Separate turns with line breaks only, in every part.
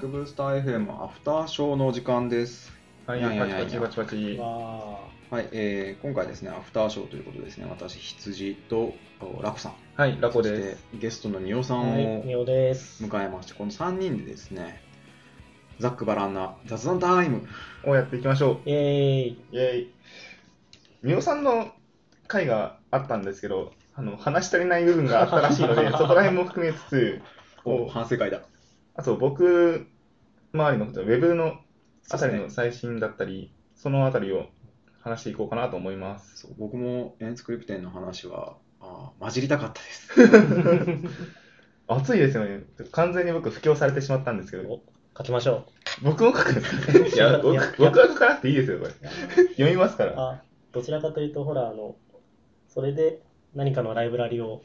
ブルスター FM アフターショーのお時間です。
はい、
いやいや
パ
い
チ
やいや
パチパチパチ。
わ
はい、えー今回ですね、アフターショーということですね、私、羊とおラコさん、
はい、ラコ
そし
で
て
す。
ゲストのニオさ
あ。
ん
はい、
を
みおです。
迎えまして、この3人でですね、ざっくばらんな雑談タイム。
をやっていきましょ
イェーイ。
う。イェイ。みおさんの回があったんですけど、あの話し足りない部分があったらしいので、 そこら辺も含めつつ、
お
お
反省会だ。
あと僕周りのこと、ウェブのあたりの最新だったり、そのあたりを話していこうかなと思います。
そう僕もエンスクリプテンの話はあー混じりたかったです。
熱いですよね。完全に僕、布教されてしまったんですけど、
お書きましょ
僕も書くんですかいや、僕
いや
僕は書かなくていいですよ、これ。
う。
読みますから。
あどちらかというと、ほら、あの、それで何かのライブラリを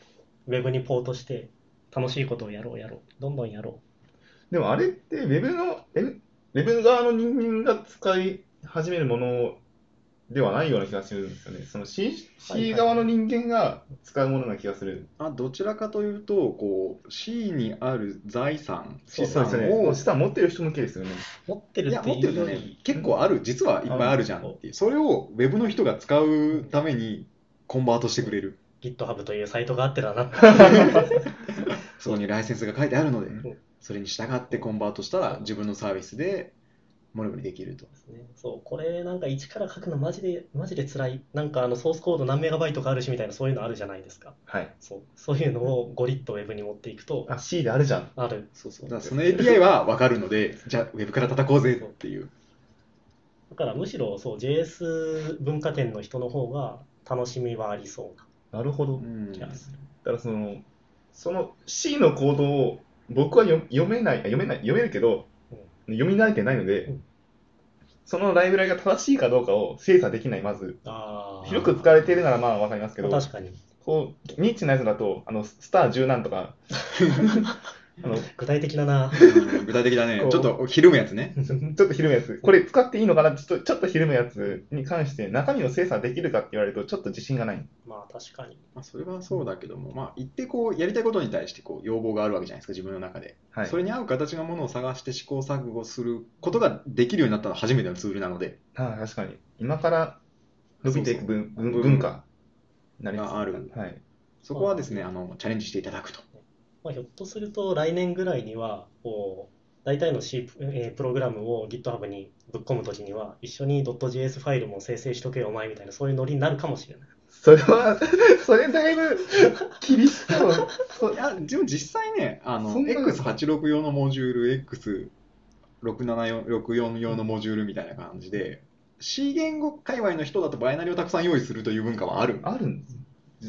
ウェブにポートして、楽しいことをやろうやろう。どんどんやろ
でもあれって、ウェブの、えウェブ側の人間が使い始めるものではないような気がするんですよね。その C,
はいはい
C 側の人間が使うものな気がする。
あどちらかというとこう、C にある財産、
そう
資
ですね
産
ですね。
を
資産持ってる人向けですよね。
う。持ってる
い
っ
や、
て
持って
い
る
う
よ
よ
ね
り、。
結構ある、実はいっぱいあるじゃんっていう。それを Web の人が使うためにコンバートしてくれる。
GitHub というサイトがあって だな。
そこにライセンスが書いてあるので
うん、
それに従ってコンバートしたら自分のサービスでモルモリできると。
そう、これなんか一から書くのマジで、マジで辛い。なんかあのソースコード何メガバイトかあるしみたいな、そういうのあるじゃないですか。
はい。
そう、そういうのをゴリッとウェブに持っていくと、
あ、C であるじゃん。
ある。
そうそう。だからその API はわかるので、じゃあ Web から叩こうぜっていう。
だからむしろそう JS 文化展の人の方が楽しみはありそうな
なるほ
う
ど。
ん
気がする。
だからその、その C の行動を僕は読読めない、あ読めない、読めるけど、読み慣れてないので、
うん
そのライブラリが正しいかどうかを精査できない、まず。
ああ。
広く使われているならまあわかりますけど、
確かに。
こう、ニッチなやつだと、あの、スター十何とか、 あの、ち
具体的だな。
うん具体的だね
こ。う
ちょっとひるむやつね。
ょっとひるむやつ、これ使っていいのかなちょっと、ちょっとひるむやつに関して、中身を精査できるかって言われると、ちょっと自信がない。
まあ確かに。
まあ、それはそうだけども、まあ、言ってこう、やりたいことに対してこう要望があるわけじゃないですか、自分の中で。
はい
そ。れに合う形のものを探して試行錯誤することができるようになったのは初めてのツールなので、
ああ確かに。今から伸びていく文
そう
文文化になります
がある
はい。
そこはですね、あのチャレンジしていただくと。
まあ、ひょっとすると来年ぐらいには、こう、大体の C プ、えープログラムを GitHub にぶっ込むときには、一緒に .js ファイルも生成しとけよ、お前みたいな、そういうノリになるかもしれない。
それは、 それだいぶ厳しそう。そ
いや、でも実際ね、あの
そんなの
X86 用のモジュール、X64 用のモジュールみたいな感じで、C 言語界隈の人だとバイナリをたくさん用意するという文化は ある。
あるんです。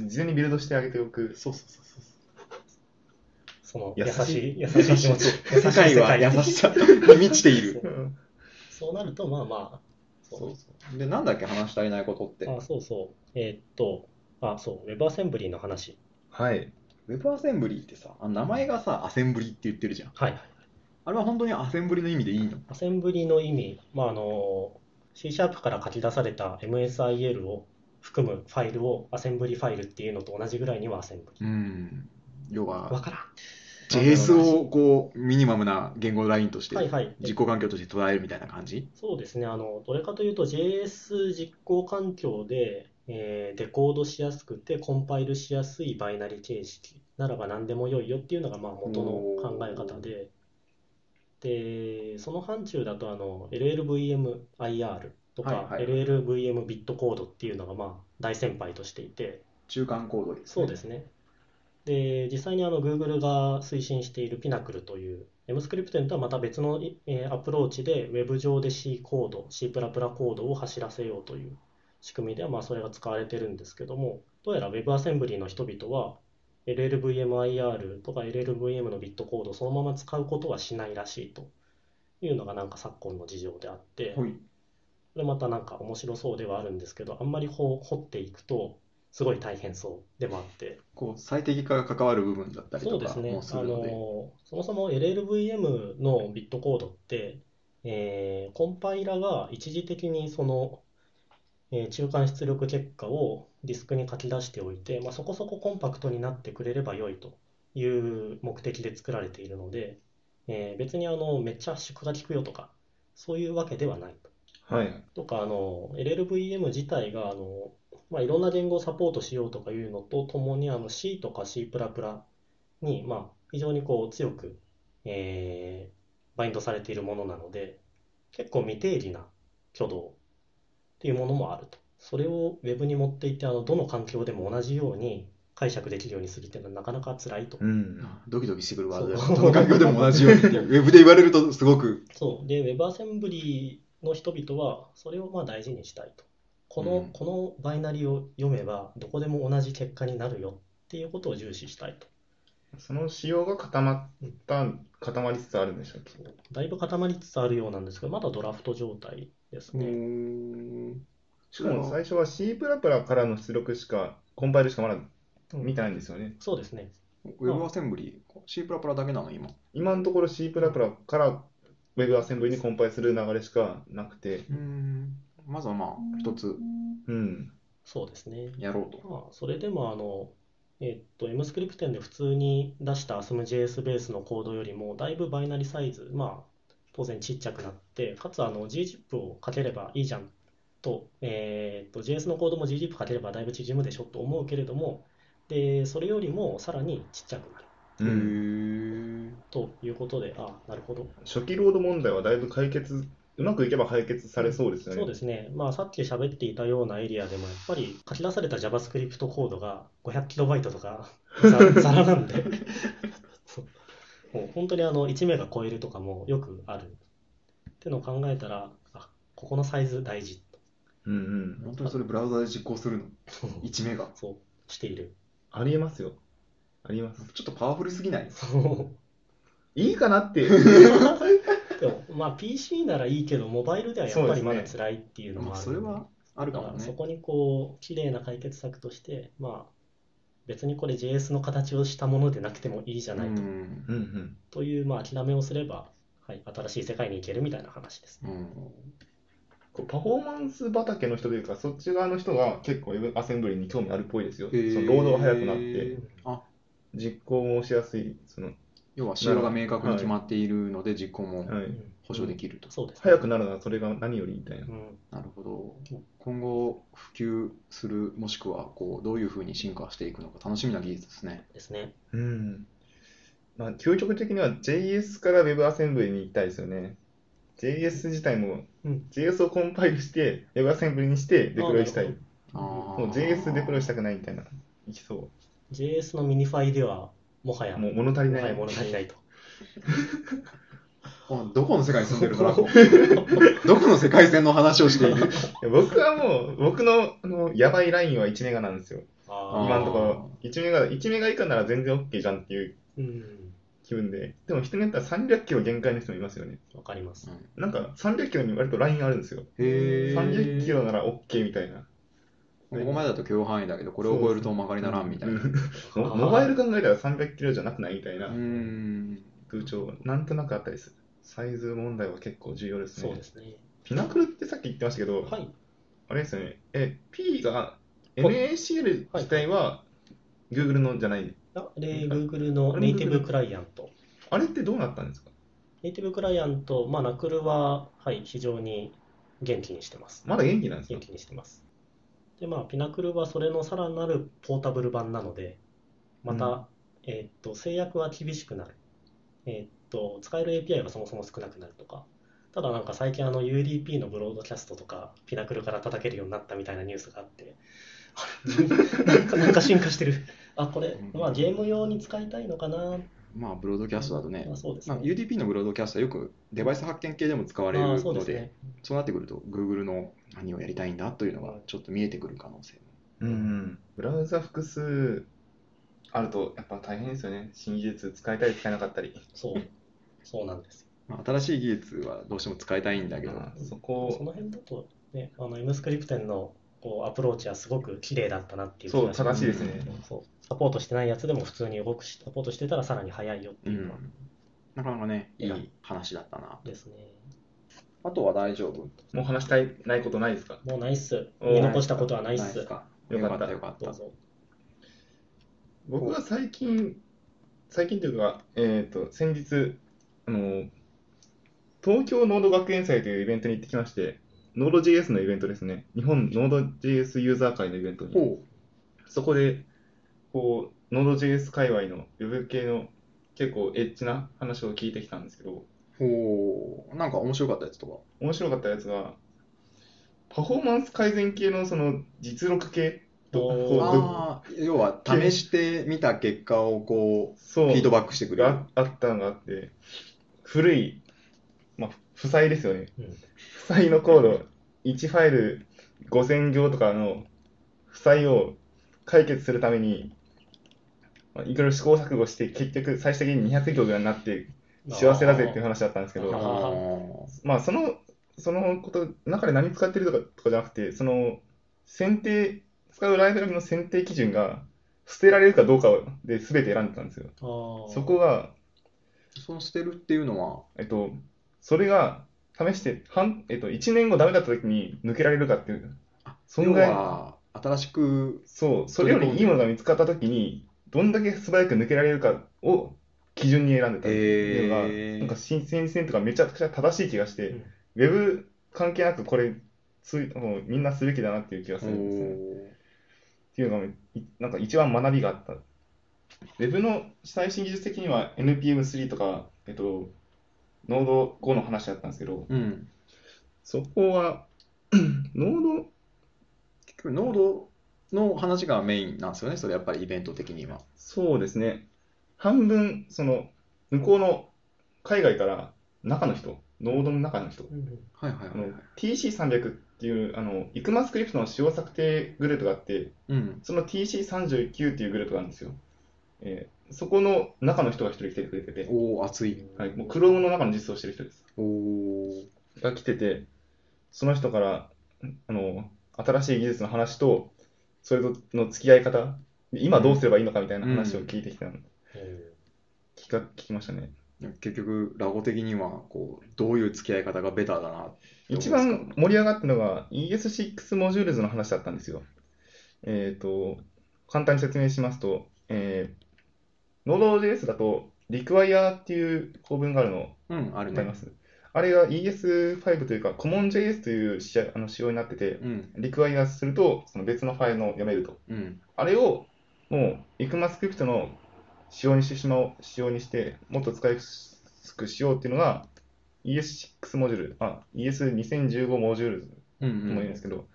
事前にビルドしてあげておく。
そうそうそうそう。
その
優
優
し
しい、優しい気持ち。優 しい
世界は優しさに満ちている。
うん
そうなると、まあまあ、
そうそう。で、なんだっけ、話し足りないことって。
あ、そうそう。えーっと、あ、そう、WebAssembly の話。
はい。
Web アセンブリーってさ、あの名前がさ、アセンブリーって言ってるじゃん。
はいはい。
あれは本当にアセンブリの意味でいいの
アセンブリの意味、まあ、あの C シャープから書き出された MSIL を含むファイルをアセンブリファイルっていうのと同じぐらいにはアセンブリ。
うん。要
わ
は、
からん。
JS をこう、ミニマムな言語ラインとし
はい
て、
はい。
実行環境として捉えるみたいな感じ
そうですね。あの、どれかというと JS 実行環境で、えーデコードしやすくてコンパイルしやすいバイナリ形式ならば何でも良いよっていうのがまあ元の考え方で、で、その範疇だとあの LLVMIR と
はい
か
はい
LLVM ビットコードっていうのがまあ大先輩としていて、
中間コードです、
そうですね。で、実際にあの Google が推進している Pinnacle という MScript とはまた別のいえーアプローチで Web 上で C コード、C++ コードを走らせようという仕組みではまあそれが使われてるんですけども、どうやら WebAssembly の人々は LLVMIR とか LLVM のビットコードをそのまま使うことはしないらしいというのがなんか昨今の事情であって、
ほい。
これまたなんか面白そうではあるんですけど、あんまりほ掘っていくとすごい大変そうでもあって、
こう、最適化が関わる部分だったり
そ
と
うで
か
すね。
もす
あ
るので。
のそもそも LLVM のビットコードって、えーコンパイラが一時的にその、えー中間出力結果をディスクに書き出しておいて、まあ、そこそこコンパクトになってくれれば良いという目的で作られているので、えー別にあのめっちゃ圧縮が効くよとか、そういうわけではないと。
はい。
とか、あの、LLVM 自体が、あの、まあ、いろんな言語をサポートしようとかいうのとともに、あの、C とか C++ に、まあ、非常にこう、強く、えーバインドされているものなので、結構未定理な挙動っていうものもあると。それを Web に持っていって、あの、どの環境でも同じように解釈できるようにするっていうのはなかなか辛いと。
うん。
ドキドキしてくるワードだよ
そう
どの環境でも同じ ようにっていう、ウェブで言われるとすごく、
そう。で、WebAssembly の人々は、それをまあ大事にしたいと。この、
うん
このバイナリを読めば、どこでも同じ結果になるよっていうことを重視したいと。
その仕様が固まった、固まりつつあるんでしたっけ
だいぶ固まりつつあるようなんですけど、まだドラフト状態ですね。
しかも最初は C++ からの出力しか、コンパイルしかまだ
うん
見てないんですよね。
そうですね。
ウェブアセンブリー、C++ だけなの今。
今のところ C++ から WebAssembly にコンパイルする流れしかなくて、
まずはまあ、一つ
うん。
そうですね。
やろうと。
まあ、それでもあの、えっと、MScript 店で普通に出した AsmJS ベースのコードよりも、だいぶバイナリサイズ、まあ、当然ちっちゃくなって、かつあの gzip をかければいいじゃんと、えっと、JS のコードも gzip かければだいぶ縮むでしょと思うけれども、で、それよりもさらにちっちゃくなる
うん、
へー
ということで、あ、なるほど。
初期ロード問題はだいぶ解決、うまくいけば解決されそうですよね。
そうですね。まあ、さっき喋っていたようなエリアでも、やっぱり書き出された JavaScript コードが 500KB とか、ざざらなんで、 そうもう本当にあの1メガ超えるとかもよくある。ってのを考えたら、あ、ここのサイズ大事と。
うんうん。
本当にそれブラウザで実行するの ?1 メガ。
そう、している。
ありえますよ。あります。
ちょっとパワフルすぎない
そう。
いいかなって。
でも、まあ、PC ならいいけど、モバイルではやっぱりまだ辛いっていうの
ま
も
あ
ある
それ
ので
はあるか
だ
も
からそ
ね。
こにこう綺麗な解決策として、まあ、別にこれ JS の形をしたものでなくてもいいじゃ
う
ないと,、
ん
うんうん。
という、まあ、諦めをすれば、はい、新しい世界に行けるみたいな話です。
うん
こうパフォーマンス畑の人というか、そっち側の人が結構 Web アセンブリに興味あるっぽいですよ。
へー
そのロードが速くなって、
あ
実行もしやすい、その、
要は仕様が明確に決まっているので実行も
は
う
い。
ん
保証できると。
そうですね
速くなるのはそれが何よりみたいな
う。ん
なるほど。今後普及する、もしくはこうどういうふうに進化していくのか楽しみな技術ですね。
ですね。
うん。まあ、究極的には JS から WebAssembly に行きたいですよね。JS 自体も、
うん
JS をコンパイルして、WebAssembly にして、デプロイした
あないる。
あー
もう JS デプロイしたくないみたいな。いきそ
JS のミニファイではもはや
う。もう物足り
も
な。
はいや物足りないと。
お どこの世界に住んで るのラコどこの世界線の話をしている
いや僕はもう、僕の、あの、やばいラインは1メガなんですよ。
ー
今のとこ
あ
ろ。1メガ、1メガ以下なら全然 OK じゃんっていう
ーうん、
気分で。でも人によっては300キロ限界の人もいますよね。
わかります。
なんか、300キロに割とラインあるんですよ。
へ
300キ
ー
ロなら OK みたいな。
ここまでだと許容範囲だけど、これを超えると曲がりならんみたいな。
うん
う
もモバイル考えたら300キロじゃなくないみたいな
ーん。
風潮、なんとなくあったりする。サイズ問題は結構重要です
そう
ね
で。すね。
ピナクルってさっき言ってましたけど、
はい。
あれですよね。え、P が、
はい
NACL 自体は Google のじゃない。
あで、Google のネイティブクライアント。
あれってどうなったんですか
ネイティブクライアント、まあ、ナクルは、はい、非常に元気にしてます。
まだ元気なんです
元
か
気にしてます。で、まあ、ピナクルはそれのさらなるポータブル版なので、また、
うん
えーっと、制約は厳しくなる。えーっと、使える API がそもそも少なくなるとか。ただなんか最近あの UDP のブロードキャストとか、ピナクルから叩けるようになったみたいなニュースがあって、 なんかなんか進化してる。あ、これ、まあゲーム用に使いたいのかな。
まあ、ブロードキャストだとね
まあ、そうです
ま
ね
あ、UDP のブロードキャストはよくデバイス発見系でも使われ
あ
る
ーそうで
の
す
で
ね、。
そうなってくると、Google の何をやりたいんだというのがちょっと見えてくる可能性も。
うんうん、ブラウザ複数あるとやっぱ大変ですよね。新技術使いたり使えなかったり。
そう。そうなんですよ。
まあ、新しい技術はどうしても使いたいんだけど、
まあそ
そ
こ
の辺だと、ね、あの M スクリプテンのこうアプローチはすごく綺麗だったなっていう気
そう
がし
正
ます
しいですね。
そうサポートしてないやつでも普通に動くし、サポートしてたらさらに早いよって
う
いうのは
ん、なかなかね、い
いや
い話だったな。
ですね。
あとは大丈夫
もう話したいないことないですか
もうナイス。
おー
見残したことはな
ないい
っ
ですす。か
よかった
よかっ
ど
た
う。ぞ。
僕は最近、最近というか、えっ、と、先日、あの、東京ノード学園祭というイベントに行ってきまして、ノード JS のイベントですね。日本ノード JS ユーザー会のイベントに。
ほ
そこで、こう、ノード JS 界隈の Web 系の結構エッチな話を聞いてきたんですけど、
う。ほう。なんか面白かったやつとか。
面白かったやつが、パフォーマンス改善系のその実力系と
おー
こう
ああ、要は試してみた結果をこ
そう
う、フィードバックしてくれる。
があったのがあって、古い、まあ、負債ですよね。
うん
負債のコード、1ファイル5000行とかの負債を解決するために、まあいろいろ試行錯誤して、結局最終的に200行ぐらいになって幸せだぜっていう話だったんですけ
あ
ど、
ー
まあその、そのこと、中で何使ってるとかとかじゃなくて、その、選定、使うライブラリの選定基準が、捨てられるかどうかで全て選んでたんですよ。
あー
そこが、
その捨てるっていうのは、
えっと、それが試して半、えっと、1年後ダメだった時に抜けられるかっていう、そん
要
ぐらい、
は新しく、
そう、それよりいいものが見つかった時に、どんだけ素早く抜けられるかを基準に選んでたっていうのが、
えー
なんか新鮮性とかめちゃくちゃ正しい気がして、
うん
ウェブ関係なくこれつい、もうみんなすべきだなっていう気がす
お
るんですよね。
ー
っていうのがい、なんか一番学びがあった。ウェブの最新技術的には NPM3 とか、えっと、ノード5の話だったんですけど、
うん。
そこは、 ノード、
結局、ノードの話がメインなんですよね、それやっぱりイベント的には。
そうですね、半分、その、向こうの海外から中の人、ノードの中の人、
うんうん
はいはい
あ
はい
の
はい。
TC300 っていう、あの、イクマスクリプトの使用策定グループがあって、
うん。
その TC39 っていうグループがあるんですよ。えーそこの中の人が一人来てくれてて、
おお、熱い。
はい、もう Chrome の中の実装してる人です。
おお。
が来てて、その人から、あの、新しい技術の話と、それとの付き合い方、今どうすればいいのかみたいな話を聞いてきたの、
え
聞か、聞きましたね。
結局、ラゴ的には、こう、どういう付き合い方がベターだな。
一番盛り上がったのが ES6 モジュールズの話だったんですよ。えっと、簡単に説明しますと、えー、Node.js だと、require っていう構文があるのを
うん、ある
歌い
ね
ま。す。あれが ES5 というか、CommonJS という仕様あの仕様になってて、
うん、
require すると、その別のファイルの読めると。
うん。
あれをもう ECMAScript の仕様にしてしまおう、仕様にして、もっと使いやすくしようっていうのが ES6 モジュール、あ、ES2015 モジュール
うん、
とも
う
言うん
ん
ですけど、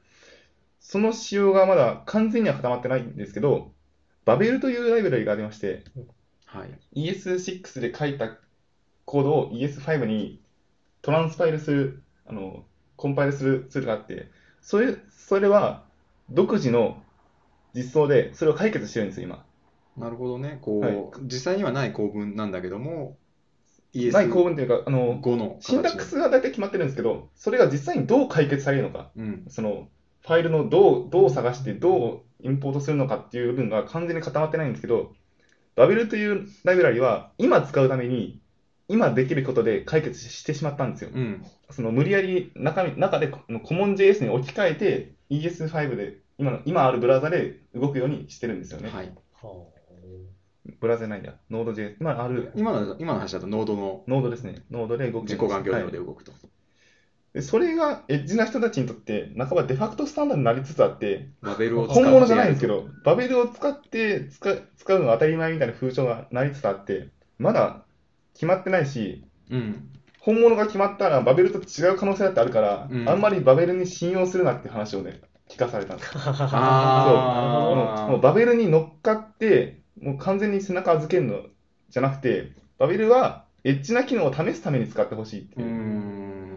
その仕様がまだ完全には固まってないんですけど、バベルというライブラリがありまして、
はい。
ES6 で書いたコードを ES5 にトランスパイルする、あの、コンパイルするツールがあって、それ、それは独自の実装でそれを解決してるんですよ、今。
なるほどね。こう、
はい
実際にはない構文なんだけども、
ない構文というか、あの、
5の
シンタックスが大体決まってるんですけど、それが実際にどう解決されるのか、
うん。
その、ファイルのどう、どう探して、どうインポートするのかっていう部分が完全に固まってないんですけど、バベルというライブラリは、今使うために、今できることで解決ししてしまったんですよ。
うん。
その無理やり中身中でこのコモン JS に置き換えて ES5 で今の今あるブラウザで動くようにしてるんですよね。
はい。
は
ブラウザじゃないんだ。ノード JS。まあ、ある
今の、今の話だと、ノードの
ノードですね。ノードで動く
自己環境
な
上で動くと。
で。それがエッジな人たちにとって半ばデファクトスタンダードになりつつあって、
ラベルを使
本物じゃ
って
ない
や
んで
る
すけど、バベルを使って使う使うのが当たり前みたいな風潮がなりつつあって、まだ決まってないし、
うん。
本物が決まったらバベルと違う可能性だってあるから、
うん
あんまりバベルに信用するなって話をね、聞かされたんです。そう
あー
もうバベルに乗っかって、もう完全に背中預けるのじゃなくて、バベルはエッジな機能を試すために使ってほしいって
うー
いう、
ん。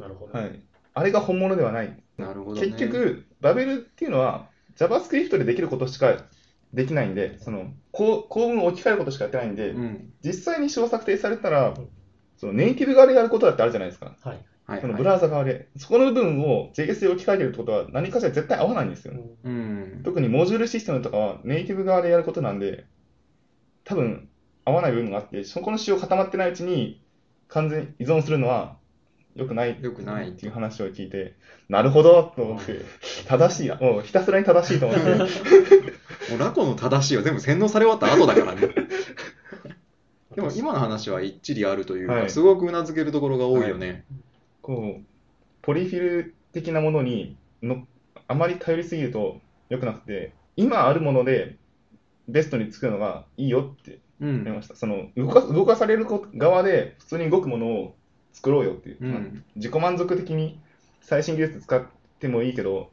あ。なるほど。
はい、あれが本物ではない、
なるほどね。
結、局、バベルっていうのは JavaScript でできることしかできないんで、そのこう構文を置き換えることしかやってないんで、
うん。
実際に小策定されたら
ん、
そのネイティブ側でやることだってあるじゃないですか、
はい。
はい、
その
はい
ブラウザ側で、そこの部分を JS で置き換えてるってことは、何かしら絶対合わないんですよね。
うん。
特にモジュールシステムとかはネイティブ側でやることなんで、多分合わない部分があって、そこの仕様固まってないうちに完全に依存するのは良くない
良くない
っていう話を聞いて、なるほどと思って、正しいな、もうひたすらに正しいと思って、
もうラコの正しいは全部洗脳され終わった後だからね。でも今の話は一理あるというか、
はい
すごくうなずけるところが多いよね。
こう、ポリフィル的なものにの、あまり頼りすぎると良くなくて、今あるものでベストに作るのがいいよって
う
思い
ん。
ました。その動か、動かされるこ側で普通に動くものを作ろうよっていう。
うん。
自己満足的に最新技術使ってもいいけど、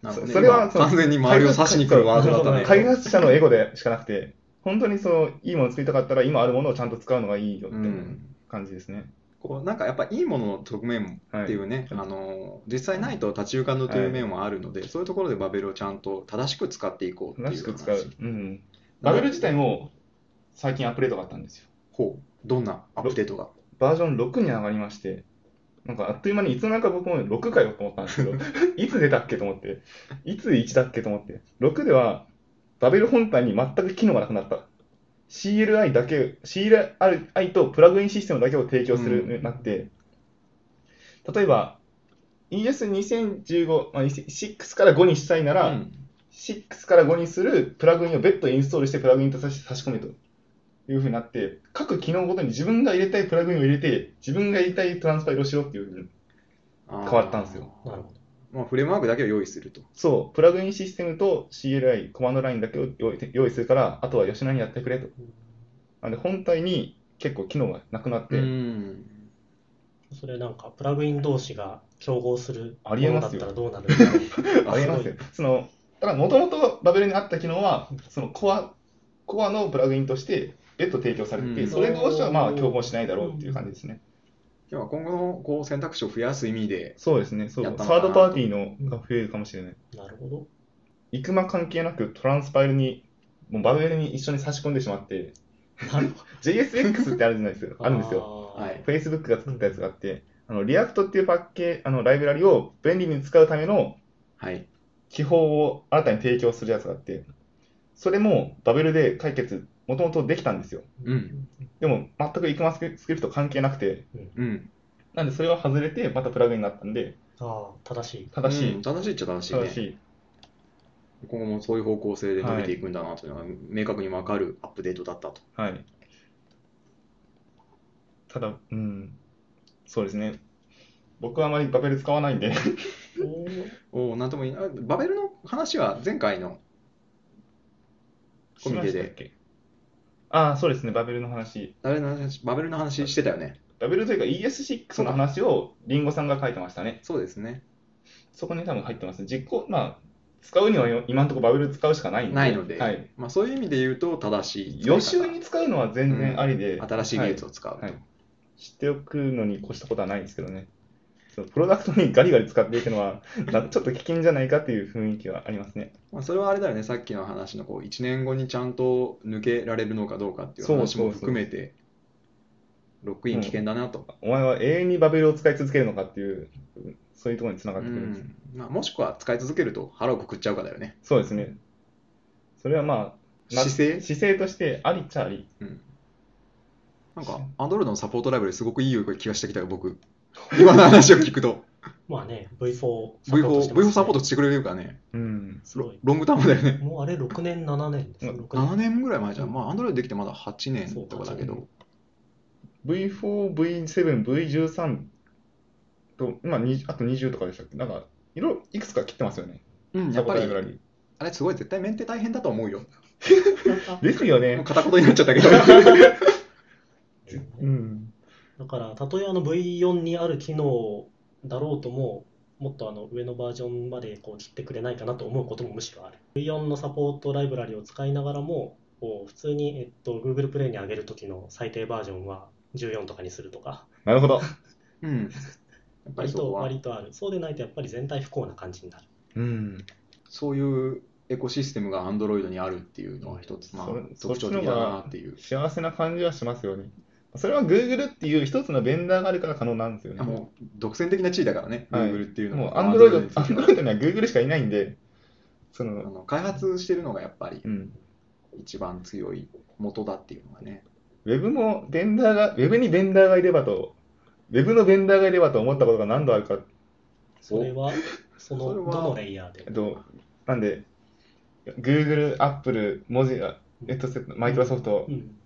なんかね
そそれ
今
はその
完全に周りを刺しに来るワードだったね。
開発者のエゴでしかなくて、本当にそのいいもの作りたかったら今あるものをちゃんと使うのがいいよっ
う
て
ん。
感じですね。
こうなんかやっぱいいものの側面
はい
っていうね、
はい
あの実際ないと立ち行かぬという面はあるので、そういうところでバベルをちゃんと正しく使っていこうって
正
い
し
う
く
話
使う。うん。バベル自体も最近アップデートがあったんですよ。
ほうどんなアップデートが
バージョン6に上がりまして、なんかあっという間にいつの間にか僕も6かよと思ったんですけど、 いつ出たっけと思って、いつ1だっけと思って、6ではバベル本体に全く機能がなくなった。CLI だけ、CLI とプラグインシステムだけを提供するようになって、例えば ES2015、まあ、6から5にしたいなら、
うん
6から5にするプラグインを別途インストールしてプラグインと差し差し込めというふうになって、各機能ごとに自分が入れたいプラグインを入れて、自分が入れたいトランスファイルをしろっていう。
変
わったんですよ
なるほ
まあ、フレームワークだけを用意すると。
そう、プラグインシステムと CLI、コマンドラインだけを用意用意するから、あとは吉野にやってくれと。
ど。
なんで本体に結構機能がなくなって、
うん
それなんか、プラグイン同士が競合する
ありえます
も
よ
のだったらどうなるか。
ありえますよ。その、だからもともとバベルにあった機能は、そのコア、コアのプラグインとして別途提供されてて、
うん
それ同士はまあ競合しないだろうっていう感じですね。
要は今後のこう選択肢を増やす意味で、
そうですね、そう。
や
サ
ったのかな
ードパーティーのが増えるかもしれない。
なるほど。
イクマ関係なくトランスパイルに、もうバベルに一緒に差し込んでしまって、
なるほ
JSX ってあるじゃな いですか、
ど。
あるんですよ。
あー
はい
Facebook が作ったやつがあって、あの、リアクトっていうパッケあの、ライブラリを便利に使うための
はい。
基本を新たに提供するやつがあって、それもバベルで解決、もともとできたんですよ。
うん
でも、全くイクマスクリプト関係なくて、
うん。
なんでそれは外れて、またプラグインになったんで、
あー正しい。
正し
うん
い、
正しいっちゃ正しい
正
ね。
しい。
今後もそういう方向性で伸びていくんだなというのが明確に分かるアップデートだったと。
はい。ただ、うん、そうですね。僕はあまりバベル使わないんで、
おー
おお、なんともいいな。あバベルの話は前回の、 コミ ケで
しましたっけああ、そうですね、バベルの話。
あれの話バベルの話してたよね。
バベルというか ES6 の話をリンゴさんが書いてましたね。
そうですね。
そこに多分入ってます。実行、まあ、使うにはよ今のところバベル使うしかないんで、
ないので、
はい。
まあ、そういう意味で言うと正しい使い方。
予習に使うのは全然ありで、
新しい技術
は
を使うと。
はいい知っておくのに越したことはないんですけどね。そのプロダクトにガリガリ使っていく のは、なちょっと危険じゃないかという雰囲気はありますね。
まあ、それはあれだよね、さっきの話のこう1年後にちゃんと抜けられるのかどうかっていう話も含めて、ロックイン危険だなと。
お前は永遠にバベルを使い続けるのかっていう、そういうところにつながってくるんです。
うんまあ、もしくは使い続けると腹をくくっちゃうかだよね。
そうですね。それはまあ、な
姿勢
姿勢としてありっちゃあり。
なんか、アンドロイドのサポートライブですごくいい気がしてきたよ、僕。今の話を聞くと。
まあね、V4 サポート
V4、V4 サポー
ト
トしてくれるからね。
うん。
すご
ロ
い。
ロングタームだよね。
もうあれ6年、7年です。6
7
年。
年ぐらい前じゃん。まあ、アンドロイドできてまだ8年
そう
とかだけど。
V4、V7、V13 と、今、にあと20とかでしたっけなんか、いろ、いくつか切ってますよね。
うん、や
サ
っ
ポ
ぱ
ート
り
ライブ、ラリー。
あれすごい、絶対メンテ大変だと思うよ。
なんか
ですよ
もう
ね。
片言になっちゃったけど。
うん。
だから、たとえあの V4 にある機能だろうとも、もっとあの上のバージョンまでこう切ってくれないかなと思うこともむしろある。V4 のサポートライブラリを使いながらも、こう普通に、えっと、Google プレイに上げるときの最低バージョンは14とかにするとか、
なるほど。
うん。やっぱり
割
そことは。
割とある。そうでないとやっぱり全体不幸な感じになる。
うん。
そういうエコシステムが Android にあるっていうのは一つ、まあ
それ、
特徴的だなっていう。
幸せな感じはしますよね。それは Google っていう一つのベンダーがあるから可能なんですよね。
もう独占的な地位だからね、
はい
Google っていうの
もう
は。
アンドロイド、
Android
アンドロイドには Google しかいないんで、そ
あ
の、
の開発してるのがやっぱり
うん。
一番強い元だっていうのがね。
ウェブもベンダーが、ウェブにベンダーがいればと、ウェブのベンダーがいればと思ったことが何度あるか、
それは、その
それは
どのレイヤーで
えっ。と、なんで、Google、Apple、文字が、えっと、マイクロソフト
う、ん。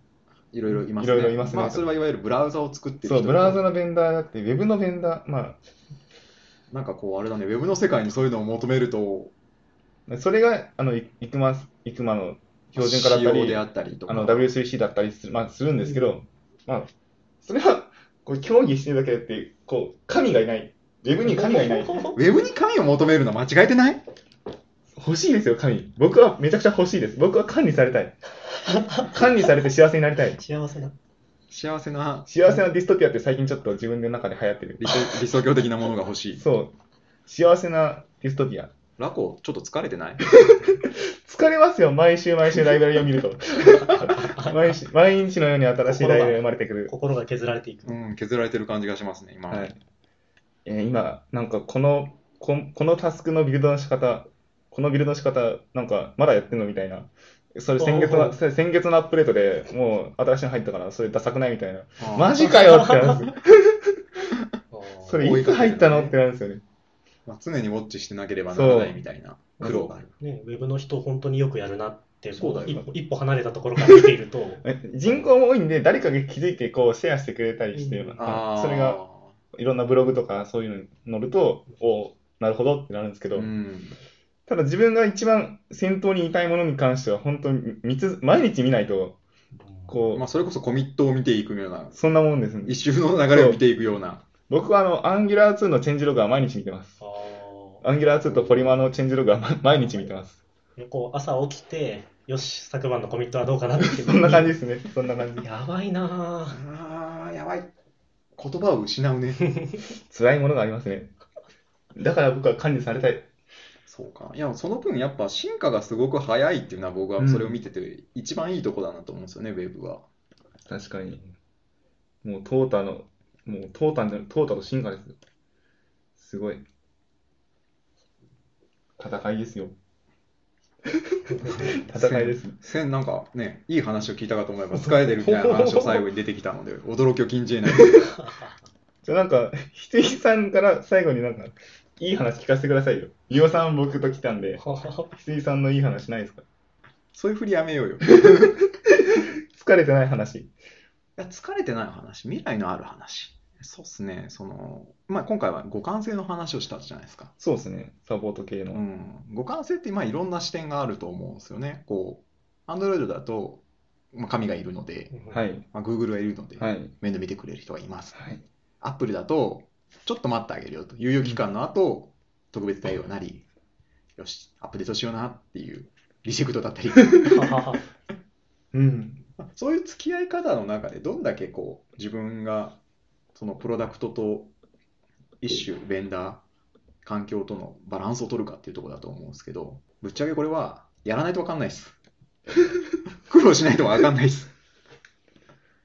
いろいろいますね。
いろいろいますね
まあ、それはいわゆるブラウザを作ってる
そう、
人
ブラウザのベンダーだって、ウェブのベンダー、ま
なんかこう、あれだね、ウェブの世界にそういうのを求めると、
あ、それが、あの、いいくま、いくまの標準化だった
仕様
り、
であったりとか。
あの W3C だったりする,、まあ、するんですけど、まあ、それはこう競技してるだけでってこう神がいないウェブに神がいない
ウェブに神を求めるの間違えてない
欲しいですよ神僕はめちゃくちゃ欲しいです僕は管理されたい管理されて幸せになりたい
幸せな。
幸せな
幸せなディストピアって最近ちょっと自分の中で流行ってる
理想理想郷的なものが欲しい。
そう幸せなディストピア
ラコ、ちょっと疲れてない
疲れますよ毎週毎週ライブラリを見ると 毎週毎日のように新しいライブラリが生まれてくる
心が削られていく。
うん、削られてる感じがしますね、今。
はい。えー今、なんかこの、こん、このタスクのビルドの仕方、このビルドの仕方、なんかまだやってんのみたいな。それ先月
ほうほ
の、
う
それ先月のアップデートでもう新しいの入ったから、それダサくないみたいな。
ああ
マジかよってなるんです それ
追
い
いかけて
つ
る
入ったのってなるんですよね。
まあ、常にウォッチしてなければならないみたいな苦労がある。
ね、ウェブの人、本当によくやるなって、も
そうだよ
一歩一歩離れたところから見ていると、
え 人口も多いんで、誰かが気づいてこうシェアしてくれたりして、
うん
ああ
それが、いろんなブログとかそういうのに載ると、おうなるほどってなるんですけど
う、ん、
ただ自分が一番先頭にいたいものに関しては、本当に見つ毎日見ないと、こう、
まあ、それこそコミットを見ていくような、
そんなもんですね。
一周の流れを見ていくような。
僕はあの、Angular2 のチェンジログは毎日見てます。
あー
Angular2 と Polymer のチェンジログはま 毎日見てます。
こう朝起きて、よし、昨晩のコミットはどうかなって。
そんな感じですね。そんな感じ。
やばいな
あ
ぁ。
あ、やばい。言葉を失うね。
辛いものがありますね。だから僕は管理されたい。
そうか。いや、その分やっぱ進化がすごく早いっていうのは僕はそれを見てて一番いいとこだなと思うんですよね、ウェブは。
確かに。もう、トータの、もう、トータンじゃない、トータと進化ですよ。すごい。戦いですよ。戦いです。
せんなんかね、いい話を聞いたかと思えば疲れてるみたいな話を最後に出てきたの で、驚きを禁じ得ない。
じゃあなんか、ひつぎさんから最後になんか、いい話聞かせてくださいよ。リオさん僕と来たんで、ひつぎさんのいい話ないですか
そういうふりやめようよ。い
疲れてない話。
や、疲れてない話、未来のある話。そうっすね、その、まあ、今回は互換性の話をしたじゃないですか。
そうですね。サポート系の。
うん、互換性ってまあいろんな視点があると思うんですよね。こう、Android だと、まあ、神がいるので、
はい い。
まあ、Google がいるので、
はい。
面倒見てくれる人がいます。
はい。
Apple だと、ちょっと待ってあげるよと、猶予期間の後、特別対応なり、よし、アップデートしようなっていう、リセクトだったり、
うん。
そういう付き合い方の中で、どんだけこう、自分が、そのプロダクトと一種、ベンダー、環境とのバランスを取るかっていうところだと思うんですけど、ぶっちゃけこれは、やらないと分かんないです。苦労しないと分かんない です。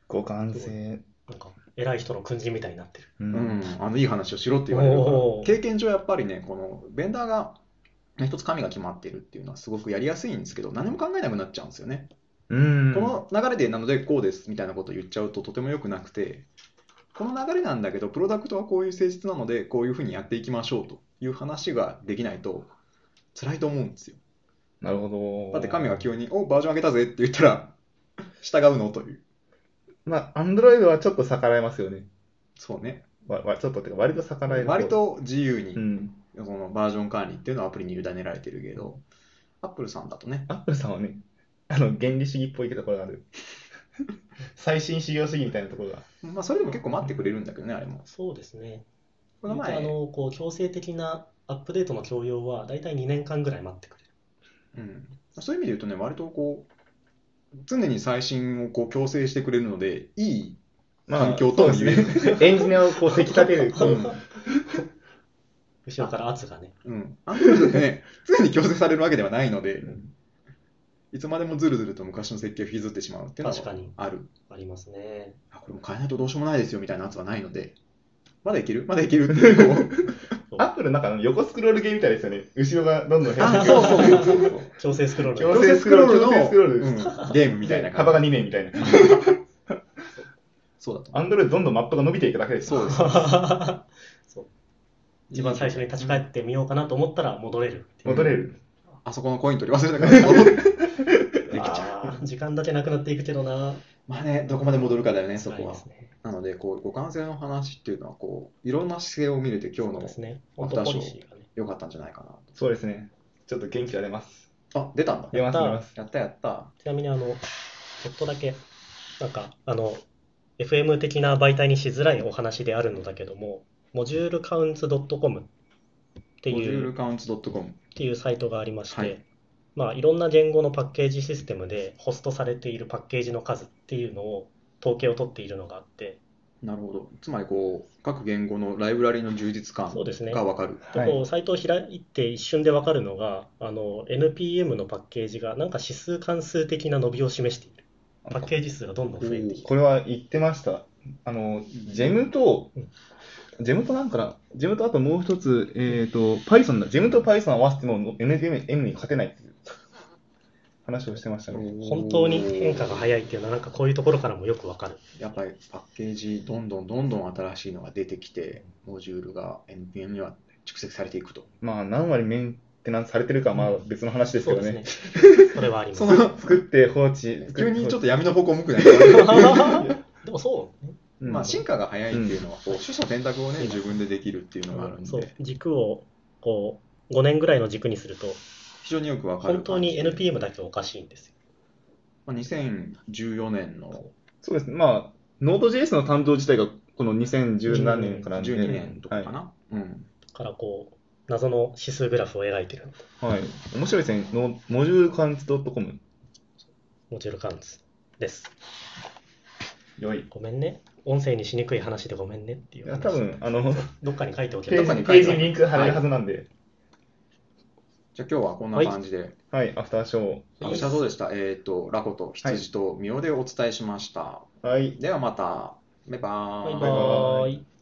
互換性。
なんか、偉い人の訓示みたいになってる。
う。
うんん、あの、いい話をしろって言われるから
おー、
経験上やっぱりね、この、ベンダーが、ね一つ神が決まっているっていうのはすごくやりやすいんですけど、何も考えなくなっちゃうんですよね。
うん。
この流れでなのでこうですみたいなことを言っちゃうととても良くなくてこの流れなんだけどプロダクトはこういう性質なのでこういうふうにやっていきましょうという話ができないと辛いと思うんですよ
なるほど。
だって神が急に「おバージョン上げたぜ」って言ったら 従うのという
まあ、アンドロイドはちょっと逆らえますよね。
そうね
わわちょっとってか、割と逆らえる。
割。と自由に
うん。
そのバージョン管理っていうのはアプリに委ねられてるけどアップルさんだとね
アップルさんはね、あの、原理主義っぽいところがある。最新資料主義みたいなところが。
まあそれでも結構待ってくれるんだけどねあれも
そうですね。
この
あ
前
のこう強制的なアップデートの強要は、大体2年間ぐらい待ってくれる。
うん、そういう意味で言うとね、割とこう、常に最新をこう強制してくれるので、いい環境とも言える、
そうですね。エンジニアをこう、せき立てる。こう
後ろから圧がね。
うん。アンドロイドってね、常に強制されるわけではないので、
ん
いつまでもずるずると昔の設計を引きずってしまうっていうの
確かに
はある。
ありますね。
あこれも変えないとどうしようもないですよみたいなやつはないので、まだいけるまだいけるっていうこう。
アップルなんかあの横スクロール系みたいですよね。後ろがどんどん減って
あ、
く
そうそうそうそう
強制スクロール。
強制スクロールの
強制スクロールの、うんゲームみ
み
た
た
い
い
な
な。
感
幅
じ。
が2年みたいな。
そうだと
ア
思う。
ンドロイドどんどんマップが伸びていくだけです。
そうです。
そう一番最初に立ち返ってみようかなと思ったら戻れるっていう。
戻れる。
あそこのコイン取り忘れたから戻って。
あー時間だけなくなっていくけどな。
まあね、どこまで戻るかだよね、そ
辛い
こ
で
は
す。ね。
なので、こう、互換性の話っていうのは、こう、いろんな姿勢を見れて、今
そう
日
で
の
すね。
ア
オ
フ
ー
タ
ト
ー
ポ
ショー
リシーがね。
良かったんじゃないかな
そうですね。ちょっと元気が出ます。
と。あ、出たんだ。
出ます、出
やった
ます。
やったやった。
ちなみにあの、ちょっとだけ、なんか、あの、FM 的な媒体にしづらいお話であるのだけども、モジュールカウンツ .com って
モジュー
いう、
ル
っ
カウンツ .com。
ていうサイトがありまし
はい
て、まあ、いろんな言語のパッケージシステムでホストされているパッケージの数っていうのを、統計を取っているのがあって、
なるほど。つまり、こう、各言語のライブラリの充実感
そうですね。
がわかる。
で
はい
こうサイトを開いて一瞬で分かるのが、あの NPM のパッケージがなんか指数関数的な伸びを示している。パッケージ数がどんどん増えている。
これは言ってました。あの、ジェムと
うん、
ジェムとなんかな、ジェムとあともう一つ、えっ、と、Python だ。ジェムと Python 合わせても NPM に勝てないっていう話をしてましたね。
本当に変化が早いっていうのは、なんかこういうところからもよく分かる。
やっぱりパッケージ、どんどんどんどん新しいのが出てきて、モジュールが NPM には蓄積されていくと。
まあ、何割メンテナンスされてるかはまあ別の話ですけ
そう
ど
です
ね
ね。。それはあります。
そう
作って放置。
急にちょっ
と、
と闇の方向向くね。これ
でもそうね、
うん
まあ、進化が早いっていうのは、こう、取捨選択をね、自分でできるっていうのがあるん
そう
で、
軸をこう5年ぐらいの軸にすると、
非常によくわかる
本当
感じ
に
で。
NPM だけおかしいんですよ。
まあ2014年の
そうですね。まあ、Node.js の担当自体がこの2017年からなんで。
12年とかか
は
な。うん。
だからこう、謎の指数グラフを描いてる、
い。はい。面白いですね。のモジュール関節 .com。
モジュール関数です。
良い。
ごめんね。音声にしにくい話でごめんねってい
いうや、
話。
多分、あの、
どっかに書いておけ
ペ
ば
どこに
ージ
書いてある
ページにリンク貼れるはずなんで。
じゃあ今日はこんな感じで、
はい、アフターショ
あ
はい
私はどうでしたえっと、ラコと羊とミオでお伝えしました。
ー。はい。
ではまた、バイバ
バイ
バイ
バーイ。